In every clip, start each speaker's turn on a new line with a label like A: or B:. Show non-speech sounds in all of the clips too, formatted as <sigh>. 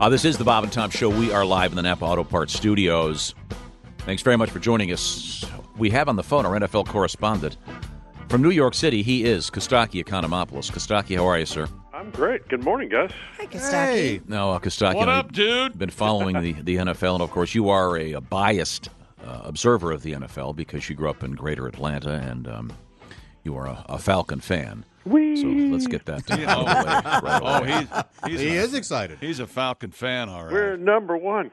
A: Uh, this is the Bob and Tom Show. We are live in the Napa Auto Parts Studios. Thanks very much for joining us. We have on the phone our NFL correspondent from New York City. He is Kostaki Economopoulos. Kostaki, how are you, sir?
B: I'm great. Good morning, guys.
C: Hi, Kostaki.
A: No, uh, Kostaki.
D: What
A: I-
D: up, dude?
A: been following the, the NFL, and of course, you are a, a biased uh, observer of the NFL because you grew up in Greater Atlanta and um, you are a, a Falcon fan. So let's get that down.
D: Yeah, oh.
A: right
D: Oh,
A: away.
E: <laughs>
D: he's he's
E: He
D: a,
E: is excited.
D: he's a Falcon fan, all right.
B: We're number one.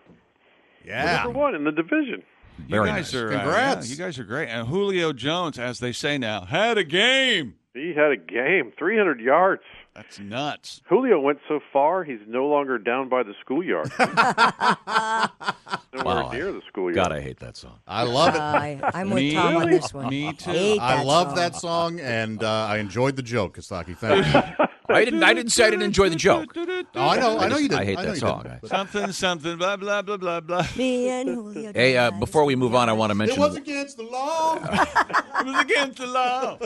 E: Yeah.
B: Number one in the division.
D: you
A: Very
D: guys
A: nice.
D: are uh,
E: Congrats.
D: yeah, you guys are great. And Julio Jones, as they say now, had a game.
B: He had a game, 300 yards.
D: That's nuts.
B: Julio went so far, he's no longer down by the schoolyard. Nowhere
A: Wow.
B: near the schoolyard.
A: God, I hate that song.
E: I love it.
C: I, I'm with
D: Me-
C: Tom on this one.
D: Me too.
C: Hate
E: I
C: that
E: love
C: song.
E: that song, and uh, I enjoyed the joke, Kostaki. Thank
A: <laughs>
E: you.
A: I didn't. I didn't say I didn't enjoy the
D: <laughs>
A: joke.
E: Oh, I know, I know you did.
A: I hate that song.
D: Something, something, blah blah blah blah blah.
C: Me and Julio.
A: Hey, uh,
C: Jones.
A: before we move on, I want to
E: It
A: mention.
E: was against
A: <laughs>
E: the law.
D: It was against
E: <laughs>
D: the law.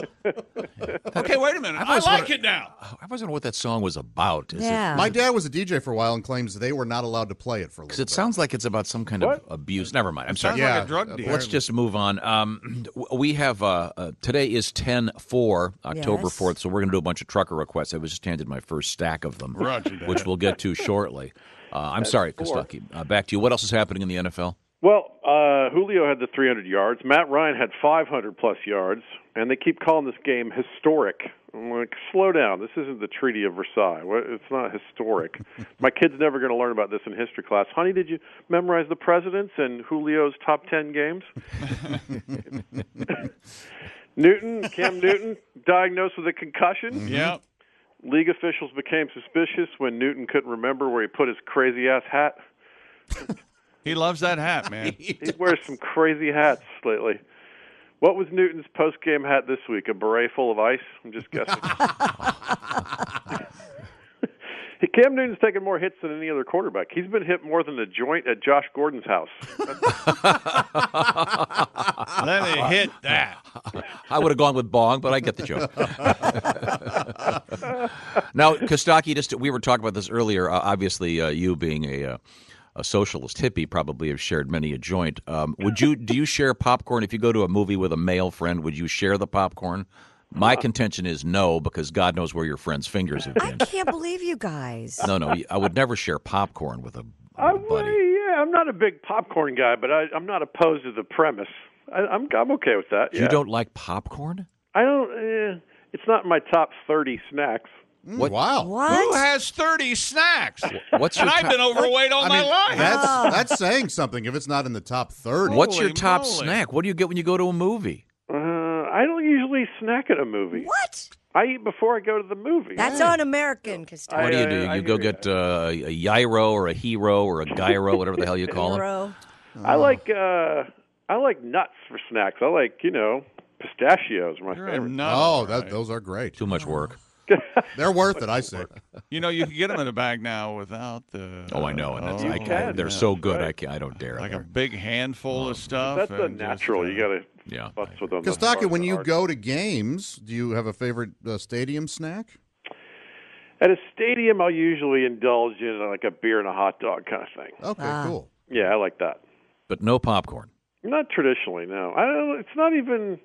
D: okay, wait a minute. I
A: always
D: like
A: wondered-
D: it now.
A: I wasn't know what that song was about. Is it-
C: Yeah.
E: My dad was a DJ for a while and claims they were not allowed to play it for a
A: 'cause
E: little
A: it sounds like it's about some kind
B: What?
A: of abuse. Never mind. I'm sorry.
D: Sounds like
E: yeah,
D: a drug deal.
A: Let's just move on. Um, we have uh, uh, today is 10 4, October
C: Yes.
A: 4th, so we're going to do a bunch of trucker requests. I was just handed my first stack of them,
D: Roger that.
A: which we'll get to shortly. Uh, I'm sorry,
B: four.
A: Kostaki. Uh, back to you. What else is happening in the NFL?
B: Well, uh, Julio had the 300 yards. Matt Ryan had 500 plus yards, and they keep calling this game historic. I'm like, slow down. This isn't the Treaty of Versailles. What- It's not historic. My kid's never going to learn about this in history class. Honey, did you memorize the presidents and Julio's top 10 games? Newton, Cam Newton, diagnosed with a concussion.
D: Yeah.
B: League officials became suspicious when Newton couldn't remember where he put his crazy ass hat.
D: He loves that
E: <laughs>
D: hat, man.
B: He wears some crazy hats lately. What was Newton's post-game hat this week? A beret full of ice? I'm just guessing.
A: <laughs>
B: <laughs> Cam Newton's taken more hits than any other quarterback. He's been hit more than a joint at Josh Gordon's house.
D: Let me hit that.
A: I would have gone with Bong, but I get the
B: <laughs>
A: joke. now, Kostaki, just we were talking about this earlier. Uh, obviously, uh, you being a uh, a socialist hippie probably have shared many a joint. Um, would you do you share popcorn if you go to a movie with a male friend? Would you share the popcorn? My
B: Uh-huh.
A: contention is no, because God knows where your friend's fingers have
C: I
A: been.
C: can't believe you guys.
A: No, no, I would never share popcorn with a, with
B: I
A: a <laughs> buddy.
B: yeah, <laughs> I'm not a big popcorn guy, but I, I'm not opposed to the premise. I, I'm I'm okay with that. yeah.
A: You don't like popcorn?
B: I don't. Eh, it's not my top 30 snacks.
A: What-
E: Mm, Wow.
D: Who
C: What?
D: has 30 snacks?
B: <laughs>
A: What's your
D: and I've
A: top-
D: been overweight all
E: I
D: my
E: mean,
D: life.
E: that's that's saying something if it's not in the top 30.
A: What's your
D: Holy
A: top
D: moly.
A: snack? What do you get when you go to a movie?
B: Uh, I don't usually snack at a movie.
C: What?
B: I eat before I go to the movie.
C: That's un-American, Kostaki.
A: What do you
B: I-
A: do? You
B: I
A: go
B: hear
A: get uh, a gyro or a hero or a gyro, whatever the hell you call it.
C: Bro.
D: Oh.
B: I like uh, I like nuts for snacks. I like you know pistachios are my
D: You're a
B: favorite.
D: nut, all
E: Oh, that,
D: right.
E: those are great.
A: Too much work.
E: They're worth it, I say.
D: You know, you can get them in a bag now without the.
A: Oh, I know, and that's,
D: oh,
A: I, I, they're
B: yeah.
A: so good. I, can't, I don't dare.
D: like a
A: They're-
D: big handful of stuff.
B: That's
D: and
B: unnatural.
D: just, uh,
B: you gotta
A: yeah.
B: futz with them.
E: Kostaki, when you go to games, do you have a favorite uh, stadium snack?
B: at a stadium, I'll usually indulge in like a beer and a hot dog kind of thing.
E: Okay, cool.
B: Yeah, I like that.
A: But no popcorn.
B: Not traditionally, no. I don't. It's not even.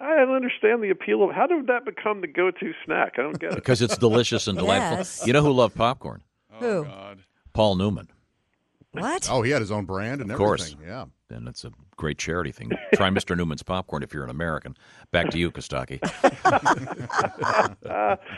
B: I don't understand the appeal of how did that become the go-to snack? I don't get it.
A: Because it's delicious and delightful.
C: Yes.
A: You know who loved popcorn?
C: Who?
D: Oh, God.
A: Paul Newman.
C: What?
E: Oh, he had his own brand and
A: Of course.
E: everything. Yeah.
A: And it's a great charity thing. Try Mr. Newman's popcorn if you're an American. Back to you, Kostaki.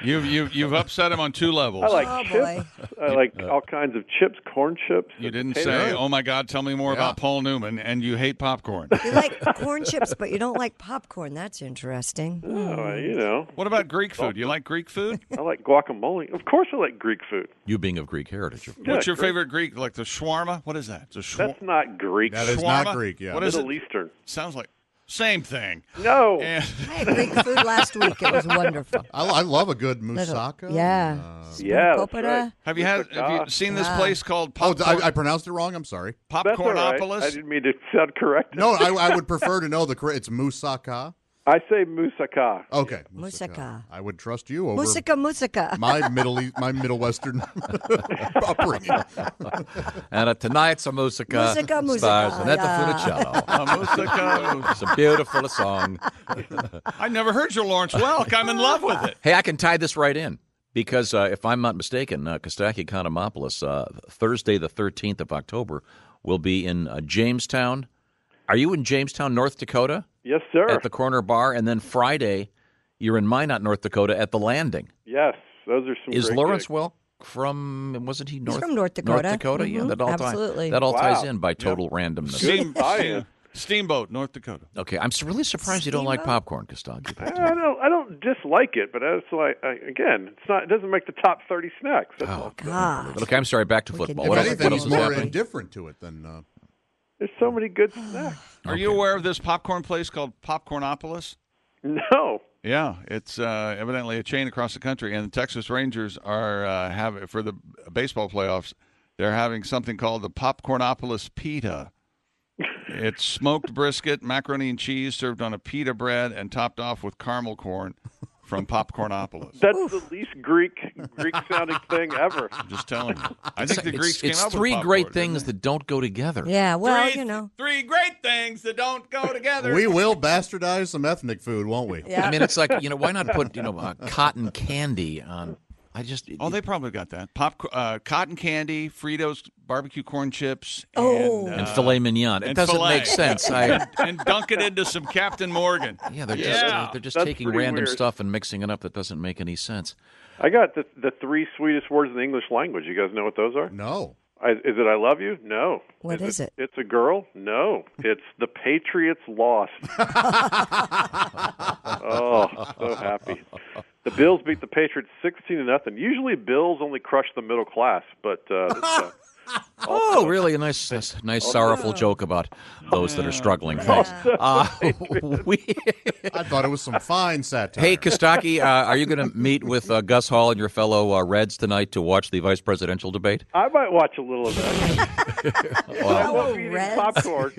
D: You've, you've, you've upset him on two levels.
B: I like
C: Oh, boy.
B: chips.
D: <laughs>
B: I like all kinds of chips, corn chips. uh,
D: uh, you
B: and
D: didn't
B: potato
D: say,
B: chips.
D: oh, my God, tell me more about Paul Newman, and you
B: <laughs>
D: hate popcorn.
C: You like corn chips, but you don't like popcorn. That's interesting.
B: Oh, you know,
D: what about Greek food? You like Greek food?
B: I like guacamole. Of course, I like Greek food.
A: You being of Greek heritage. of-
B: Yeah,
D: What's your
B: Greek-
D: favorite Greek? Like the shawarma? What is that? It's a shwa-
B: That's not Greek.
E: That is not
D: shawarma?
E: Greek, yeah.
D: What is
B: Middle
D: it?
B: Eastern.
D: Sounds like same thing.
B: No.
D: And
C: Hmm. I had Greek food last week. It
A: <laughs>
C: was wonderful.
E: I, I love a good
C: Little-
E: moussaka. uh,
C: yeah.
A: Uh,
B: yeah. that's
C: Coppola.
B: right.
D: have you had? Have you seen this place called
E: Oh,
D: Popcorn,
E: I, I pronounced it wrong. I'm sorry.
B: That's all right.
D: Popcornopolis?
B: I didn't mean to sound correct.
E: No, I, I would prefer to know the correct. It's moussaka.
B: I say moussaka.
E: Okay,
C: Moussaka.
E: I would trust you over
C: Musica, musica.
E: my middle East, my middle western <laughs> upbringing.
A: And uh, tonight's a musica
C: Musica, musica,
A: stars Annetta
C: yeah.
A: Funicello.
B: <laughs>
A: It's a beautiful song.
D: I never heard your Lawrence Welk. I'm in love with it.
A: Hey, I can tie this right in because uh, if I'm not mistaken, uh, Kostaki Economopoulos, uh, Thursday the 13th of October, will be in uh, Jamestown. Are you in Jamestown, North Dakota,
B: Yes, sir.
A: at the corner bar? And then Friday, you're in Minot, North Dakota, at the Landing.
B: yes, those are some.
A: Is
B: great
A: Lawrence
B: gigs.
A: Welk from? Wasn't he North?
C: from North Dakota.
A: yeah.
C: Mhm,
A: That all tie-
C: absolutely.
A: that all ties
B: Wow.
A: in by total randomness.
D: Steam,
B: I am.
D: Steamboat, North Dakota.
A: Okay, I'm s- really surprised you don't like
C: Steamboat?
A: popcorn, Kostaki.
B: I don't. I don't dislike it, but that's why. I, again, it's not. It doesn't make the top thirty snacks. That's all.
C: God.
A: Okay, I'm sorry. Back to
C: We could
A: football.
E: If
C: What else-
E: anything,
C: what
E: he's
C: else is
E: more
A: happening?
E: indifferent to it than uh,
B: There's so many good snacks.
A: <sighs>
D: Are you aware of this popcorn place called Popcornopolis?
B: No.
D: Yeah, it's uh, evidently a chain across the country, and the Texas Rangers are uh, have for the baseball playoffs. They're having something called the Popcornopolis Pita. It's smoked brisket, macaroni and cheese served on a pita bread and topped off with caramel corn from Popcornopolis.
B: That's the least Greek Greek sounding thing ever.
D: I'm just telling you. I think the
A: It's-
D: Greeks came
A: it's
D: up with
A: three
D: popcorn,
A: great
D: didn't they?
A: things that don't go together.
C: Yeah, well, you know.
D: three great things that don't go together.
E: we will bastardize some ethnic food, won't we?
C: Yeah.
A: I mean, it's like you know, why not put you know uh, cotton candy on? I just
D: oh, they probably got that. Pop, uh, cotton candy, Fritos, barbecue corn chips,
C: Oh.
D: and,
A: and
D: uh,
A: filet mignon. It
D: and
A: doesn't
D: filet.
A: make sense. I
D: <laughs> and dunk it into some Captain Morgan.
A: yeah, they're just uh,
D: Yeah.
A: they're just
B: That's
A: taking
B: pretty
A: random
B: weird.
A: stuff and mixing it up that doesn't make any sense.
B: I got the the three sweetest words in the English language. You guys know what those are?
E: No.
B: I, is it I love you? No.
C: What is it?
B: It's a girl?
C: <laughs>
B: No. It's the Patriots lost. oh, so happy. The Bills beat the Patriots sixteen to nothing. Usually, Bills only crush the middle class, but uh, this,
C: <laughs>
B: uh,
A: Oh, really? A nice, nice, nice
D: Oh,
A: sorrowful joke about those that are struggling. Thanks. Uh, <laughs>
D: <laughs>
A: we,
E: I thought it was some fine satire.
A: hey, Kostaki, uh, are you going to meet with uh, Gus Hall and your fellow uh, Reds tonight to watch the vice presidential debate?
B: I might watch a little of that.
A: <laughs>
B: I won't be eating
C: Reds.
B: popcorn.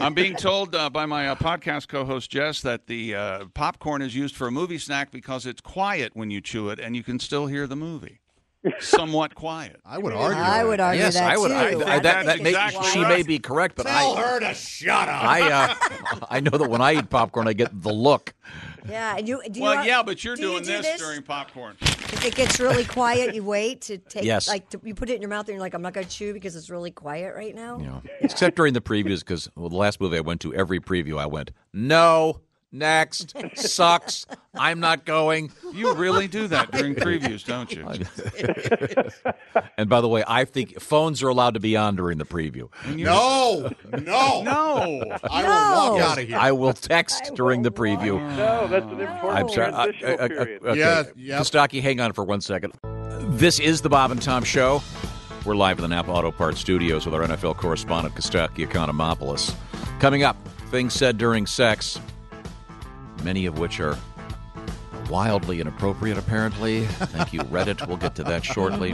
D: I'm being told uh, by my uh, podcast co-host Jess that the uh, popcorn is used for a movie snack because it's quiet when you chew it, and you can still hear the movie,
A: <laughs>
D: somewhat quiet.
E: I would argue.
C: I would argue
A: yes,
C: that
A: I would.
C: too.
A: I, I,
D: think
A: that, that
D: that's
A: may,
D: exactly
A: she
D: right.
A: may be correct, but I
E: her to shut up.
A: I uh, <laughs> I know that when I eat popcorn, I get the look.
C: yeah, and you, do you
D: Well,
C: want-
D: yeah, but you're
C: do you
D: doing
C: do
D: this,
C: this
D: during popcorn.
C: If it gets really quiet, you wait to take
A: Yes.
C: like to, you put it in your mouth and you're like, I'm not gonna chew because it's really quiet right now.
A: You know, except during the previews, because well, the last movie I went to, every preview I went, no, next, sucks, I'm not going.
D: You really
A: <laughs>
D: do that during previews, don't you?
A: And by the way, I think phones are allowed to be on during the preview.
E: no, Oh,
C: <laughs>
E: no,
D: No.
E: I will walk
C: No.
E: out of here.
A: I will text during the preview.
B: No, that's an important
A: I'm sorry. uh,
B: transitional
A: uh, uh,
B: period.
A: okay.
E: Yeah, yep.
A: Kostaki, hang on for one second. This is the Bob and Tom Show. We're live in the Napa Auto Parts Studios with our NFL correspondent, Kostaki Economopoulos. Coming up, things said during sex, many of which are wildly inappropriate, apparently. Thank you, Reddit. We'll get to that shortly.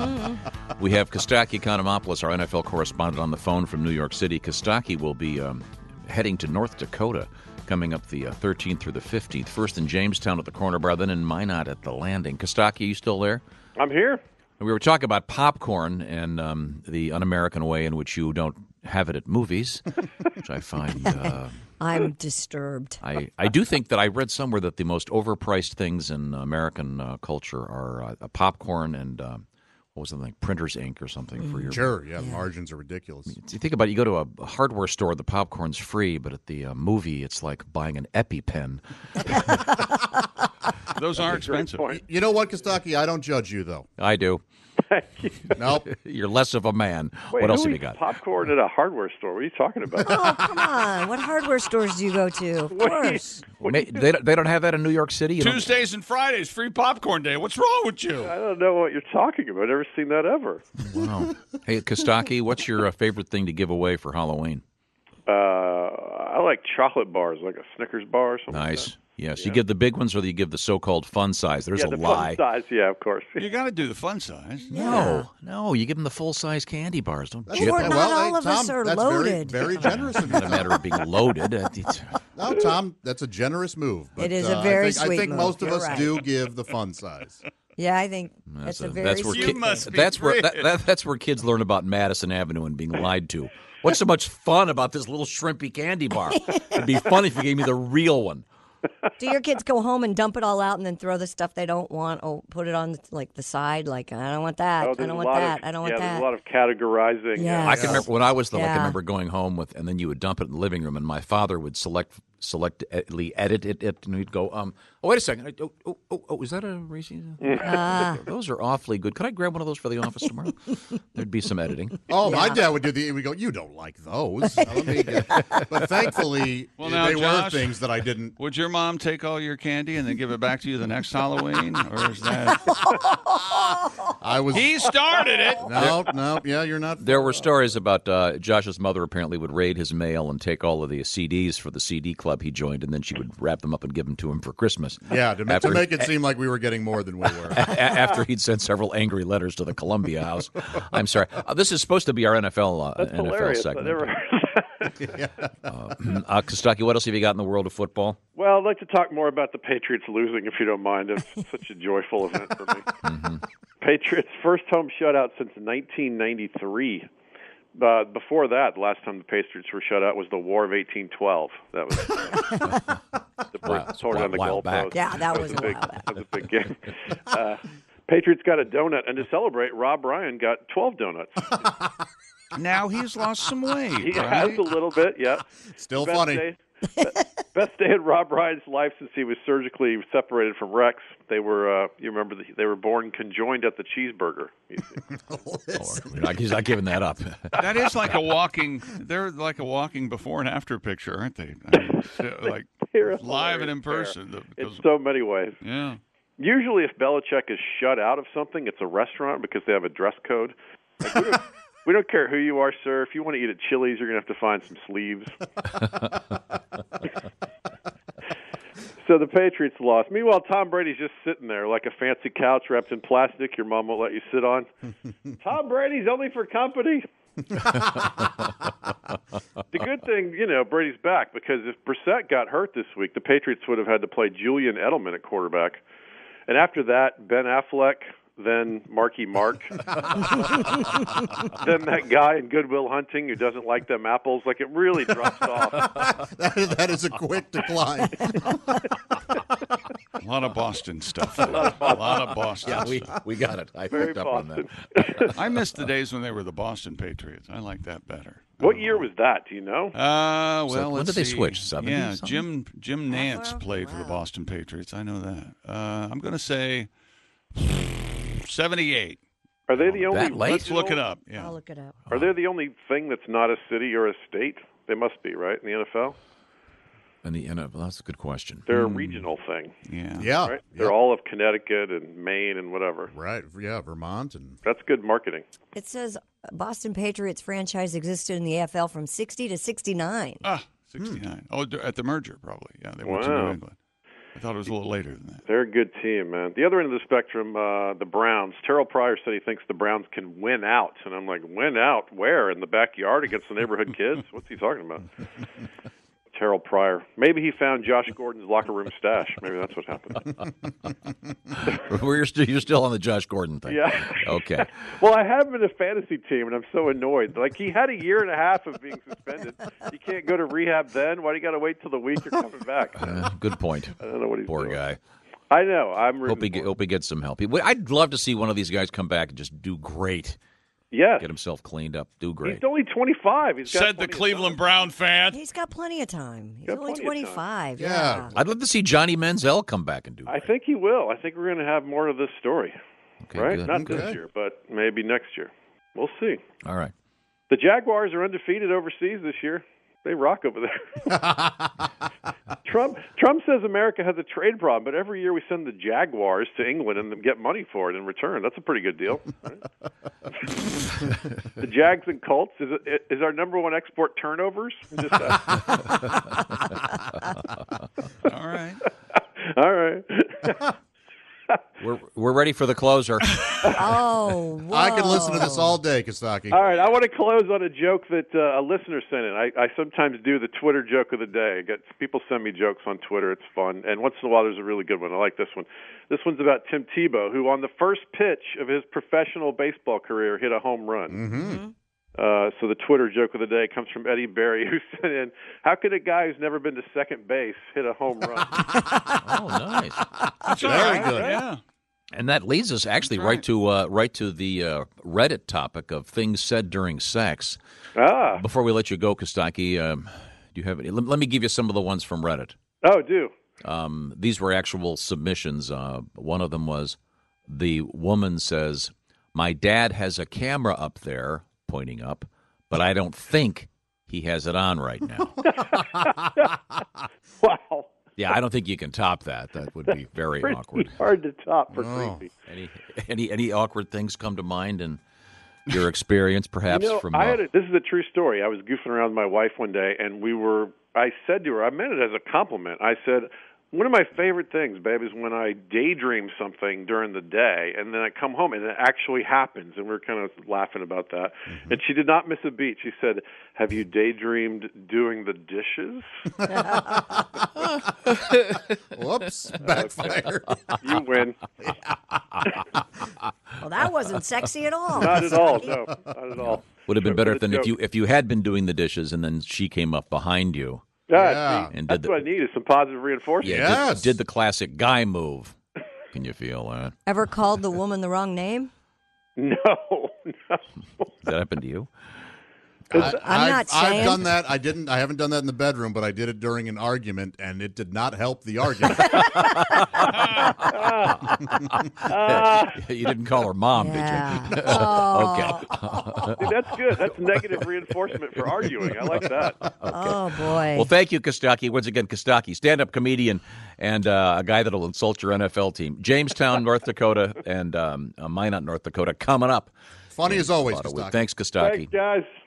A: We have Kostaki Economopoulos, our NFL correspondent, on the phone from New York City. Kostaki will be um, heading to North Dakota coming up the uh, 13th through the 15th. First in Jamestown at the corner bar, then in Minot at the landing. Kostaki, you still there?
B: I'm here.
A: We were talking about popcorn and um, the un American way in which you don't have it at movies, which I find. Uh,
C: I'm disturbed.
A: I, I do think that I read somewhere that the most overpriced things in American uh, culture are uh, popcorn and um, what was the thing, printer's ink or something for your.
E: Sure, yeah, margins are ridiculous.
A: You think about it, you go to a- a hardware store, the popcorn's free, but at the uh, movie, it's like buying an EpiPen.
D: Those are expensive.
B: Point.
E: You know what, Kostaki? I don't judge you though.
A: I
B: <laughs>
A: do.
E: Nope.
A: <laughs> You're less of a man.
B: Wait,
A: what else have
B: who
A: you got?
B: eats Popcorn at a hardware store. What are you talking
C: <laughs>
B: about?
C: Oh come on! What hardware stores do you go to?
B: <laughs>
C: Of
B: Wait.
C: course.
A: Ma- they, don't, they don't have that in New York City. You don't-
D: Tuesdays and Fridays, free popcorn day. What's wrong with you?
B: I don't know what you're talking about. I've never seen that ever.
A: Wow. Hey, Kostaki, what's your uh, favorite thing to give away for Halloween?
B: Uh, I like chocolate bars, like a Snickers bar or something. like
A: Nice. Yes. You give the big ones or you give the so called fun size? There's
B: that. Yeah,
A: a
B: the
A: lie.
B: fun size. Yeah, of course. <laughs>
D: You got to do the fun size.
A: No, no, you give them the full size candy bars. Don't
E: That's-
A: jip
C: Or
A: them.
C: not all of us are
E: that's
A: <laughs>
C: loaded.
E: Very, very generous of
B: <laughs>
E: you.
A: Not a matter of being loaded. Uh, it's-
E: No, Tom, that's a generous move. But,
C: It is
E: uh,
C: a very
E: I think, I
C: sweet
E: think
C: move.
E: most of
C: You're
E: us
C: right.
E: do give the fun size.
C: Yeah, I think that's, a, very
A: that's where
C: sweet
A: ki-
D: You must be
A: that's where that,
D: rich.
A: that- that's where kids learn about Madison Avenue and being lied to. What's so much fun about this little shrimpy candy bar? It'd be funny if you gave me the real one.
C: Do your kids go home and dump it all out and then throw the stuff they don't want or put it on like the side? Like I don't want that.
B: Oh,
C: I
B: there's
C: don't
B: a
C: want
B: lot
C: that.
B: Of,
C: I don't
B: yeah,
C: want
B: there's
C: that.
B: a lot of categorizing. uh,
C: Yeah.
A: I can
C: Yes.
A: remember when I was little. I can
C: Yeah.
A: remember going home with, and then you would dump it in the living room, and my father would select selectively edit it, it and he'd go, um, "Oh, wait a second. I- Oh, oh, oh, oh is that a racing? those are awfully good. Could I grab one of those for the office
C: <laughs>
A: tomorrow? There'd be some editing.
E: Oh, my dad would do the. We go. You don't like those. Now, let me get-
C: <laughs>
E: but thankfully,
D: Well, now,
E: they
D: Josh-
E: were things that I didn't.
D: Would your mom take all your candy and then give it back to you the next Halloween, or is that
E: I was.
D: <laughs> he started it?
E: no, no. Yeah, you're not.
A: There were stories about uh, Josh's mother apparently would raid his mail and take all of the CDs for the CD club he joined, and then she would wrap them up and give them to him for Christmas.
E: Yeah, to, ma- to
A: After-
E: make it seem like we were getting more than we were.
A: A- after he'd sent several angry letters to the Columbia House. I'm sorry. Uh, this is supposed to be our NFL uh,
B: That's
A: NFL
B: hilarious. I
A: segment.
B: never
A: uh, Kostaki, what else have you got in the world of football?
B: well, I'd like to talk more about the Patriots losing, if you don't mind. It's such a joyful event for me. Patriots' first home shutout since 1993. Uh, before that, last time the Patriots were shut out was the War of 1812. That
C: <laughs>
B: was the
A: Wow,
B: person tore down the
A: a while
B: goalpost.
A: back.
C: yeah, that was a
B: big,
C: while back.
B: that was a big game. Uh, Patriots got a donut, and to celebrate, Rob Ryan got 12
C: <laughs>
B: donuts.
D: Now he's lost some
B: He
D: weight,
B: has
D: right?
B: a little bit, yeah.
E: Still funny.
B: Day, <laughs> best day in Rob Ryan's life since he was surgically separated from Rex. They were, uh, you remember, the, they were born conjoined at the cheeseburger. <laughs>
A: You're not- he's not giving that up. <laughs>
D: That is like a walking. They're like a walking before and after picture, aren't they? I mean, <laughs> they're like
B: They're
D: live and in
B: hilarious
D: person. The-
B: In
D: those-
B: so many ways.
D: yeah.
B: Usually, if Belichick is shut out of something, it's a restaurant because they have a dress code. Like, we, don't, we don't care who you are, sir. If you want to eat at Chili's, you're going to have to find some sleeves. so the Patriots lost. Meanwhile, Tom Brady's just sitting there like a fancy couch wrapped in plastic your mom won't let you sit on. Tom Brady's only for company. the good thing, you know, Brady's back because if Brissett got hurt this week, the Patriots would have had to play Julian Edelman at quarterback. And after that, Ben Affleck, then Marky
A: <laughs>
B: Mark, then that guy in Goodwill Hunting who doesn't like them apples. Like it
A: <laughs>
B: really drops off.
E: <laughs> That is- that is a quick decline.
D: A lot of Boston stuff. there. <laughs> A lot of Boston.
A: yeah, we,
D: stuff.
A: we got it. I
B: Very
A: picked up on that.
B: Boston. <laughs>
D: I miss the days when they were the Boston Patriots. I like that better.
B: What year was that? Do you know?
D: Uh, well,
A: So when
D: let's
A: did they
D: see.
A: switch? 70
D: Yeah,
A: something?
D: Jim Jim Nance
C: well,
D: played for the
C: wow.
D: Boston Patriots. I know that. Uh, I'm going to say 78.
B: Are they the only?
A: Oh, That late?
D: Let's look it up.
C: I'll
D: Yeah.
C: look it up.
B: Are they the only thing that's not a city or a state? They must be right in the NFL.
A: And the NFL, that's a good question. <laughs>
B: They're a regional thing,
D: Yeah.
E: Yeah.
B: right?
E: yeah.
B: They're all of Connecticut and Maine and whatever.
E: Right. Yeah, Vermont and
B: That's good marketing.
C: It says Boston Patriots franchise existed in the AFL from 60 to 69.
D: Ah,
A: Hmm.
D: 69. Oh, d- at the merger probably. Yeah, they went to
B: Wow.
D: New England. I thought it was a little later than that.
B: They're a good team, man. The other end of the spectrum, uh, the Browns. Terrell Pryor said he thinks the Browns can win out, and I'm like, win out where? In the backyard against the neighborhood kids? <laughs> What's he
A: <laughs>
B: talking about? Terrell Pryor. Maybe he found Josh Gordon's locker room stash. Maybe that's
A: <laughs>
B: what happened.
A: We're st- you're still on the Josh Gordon thing.
B: Yeah. <laughs>
A: Okay.
B: Well, I have him in a fantasy team, and I'm so annoyed. Like he had a year and a half of being suspended. You can't go to rehab then. Why do you got to wait till the week you're coming
A: <laughs>
B: back? I
A: Uh, good point.
B: don't know what he's
A: Poor
B: doing.
A: guy.
B: I know. I'm rooting
A: Hope he,
B: for
A: get,
B: him.
A: hope he gets some help. He- I'd love to see one of these guys come back and just do great.
B: Yes.
A: Get himself cleaned up. Do great.
B: He's only 25. He's got
D: Said the
B: 20
D: Cleveland Brown
C: <laughs>
D: fan.
C: He's got plenty of time. He's
B: Got
C: only
B: plenty of time.
C: 25.
E: Yeah.
C: Yeah.
A: I'd love to see Johnny Menzel come back and do.
B: I
A: great.
B: think he will. I think we're going to have more of this story,
A: Okay,
B: right?
A: good.
B: Not
E: Okay.
B: this year, but maybe next year. We'll see.
A: All right.
B: The Jaguars are undefeated overseas this year. They rock
A: <laughs>
B: over there. <laughs> Trump Trump says America has a trade problem, but every year we send the Jaguars to England and get money for it in return. That's a pretty good deal.
A: <laughs>
B: right? the Jags and Colts is it, is our number one export turnovers.
A: <laughs>
B: Just, uh,
D: All right.
B: all right.
A: We're we're ready for the closer.
C: Oh,
E: I could listen to this
C: whoa.
E: all day, Kostaki.
B: All right, I want to close on a joke that uh, a listener sent in. I, I sometimes do the Twitter joke of the day. I get, people send me jokes on Twitter. It's fun. And once in a while, there's a really good one. I like this one. This one's about Tim Tebow, who on the first pitch of his professional baseball career hit a home run. Uh, so the Twitter joke of the day comes from Eddie Berry, <laughs> who sent in, "How could a guy who's never been to second base hit a home run?"
A: oh, nice.
C: <laughs>
E: Very good.
D: Yeah.
A: And that leads us actually right to uh, right to the uh, Reddit topic of things said during sex.
B: ah,
A: Before we let you go, Kostaki, um, do you have any? Let, let me give you some of the ones from Reddit.
B: oh, do
A: Um, these were actual submissions. Uh, one of them was the woman says, "My dad has a camera up there, pointing up, but I don't think he has it on right
B: <laughs>
A: now."
B: wow,
A: yeah, I don't think you can top that. That would be very
B: pretty <laughs>
A: awkward.
B: hard to top for
E: Oh.
B: creepy.
A: Any any any awkward things come to mind in your experience, perhaps
B: You know,
A: from
B: I
A: uh,
B: had a, this is a true story. I was goofing around with my wife one day, and we were. I said to her, I meant it as a compliment. I said, "One of my favorite things, babe, is when I daydream something during the day, and then I come home and it actually happens." And we were kind of laughing about that.
A: Mm-hmm.
B: And she did not miss a beat. She said, "Have you daydreamed doing the dishes?
C: <laughs>
E: Whoops, backfired.
B: You
A: <laughs>
B: win."
C: Well, that wasn't sexy at all.
B: not at all. No, not at all.
A: would have been better
B: the
A: than if
B: joke.
A: you if you had been doing the dishes and then she came up behind you
B: Yeah,
E: Yeah.
B: see,
A: and did
B: that's
A: the
B: what I need is some positive reinforcement.
A: yeah
E: Yes.
A: did, did the classic guy move. Can you feel that?
C: Ever called the woman the wrong name?
B: <laughs> No, no.
A: Has that happened to you?
C: I'm not
E: I've,
C: saying.
E: I've done that. I didn't. I haven't done that in the bedroom, but I did it during an argument, and it did not help the
C: <laughs>
E: argument.
A: you didn't call her mom,
C: Yeah.
A: did you?
C: Oh.
A: okay.
B: See, that's good. That's negative reinforcement for arguing. I like that.
C: Oh boy.
A: Well, thank you, Kostaki. Once again, Kostaki, stand up comedian and uh, a guy that'll insult your NFL team. Jamestown, North Dakota, and um, uh, Minot, North Dakota, coming up.
E: Funny as always,
A: About a week.
E: Kostaki.
A: Thanks, Kostaki.
B: Thanks, guys.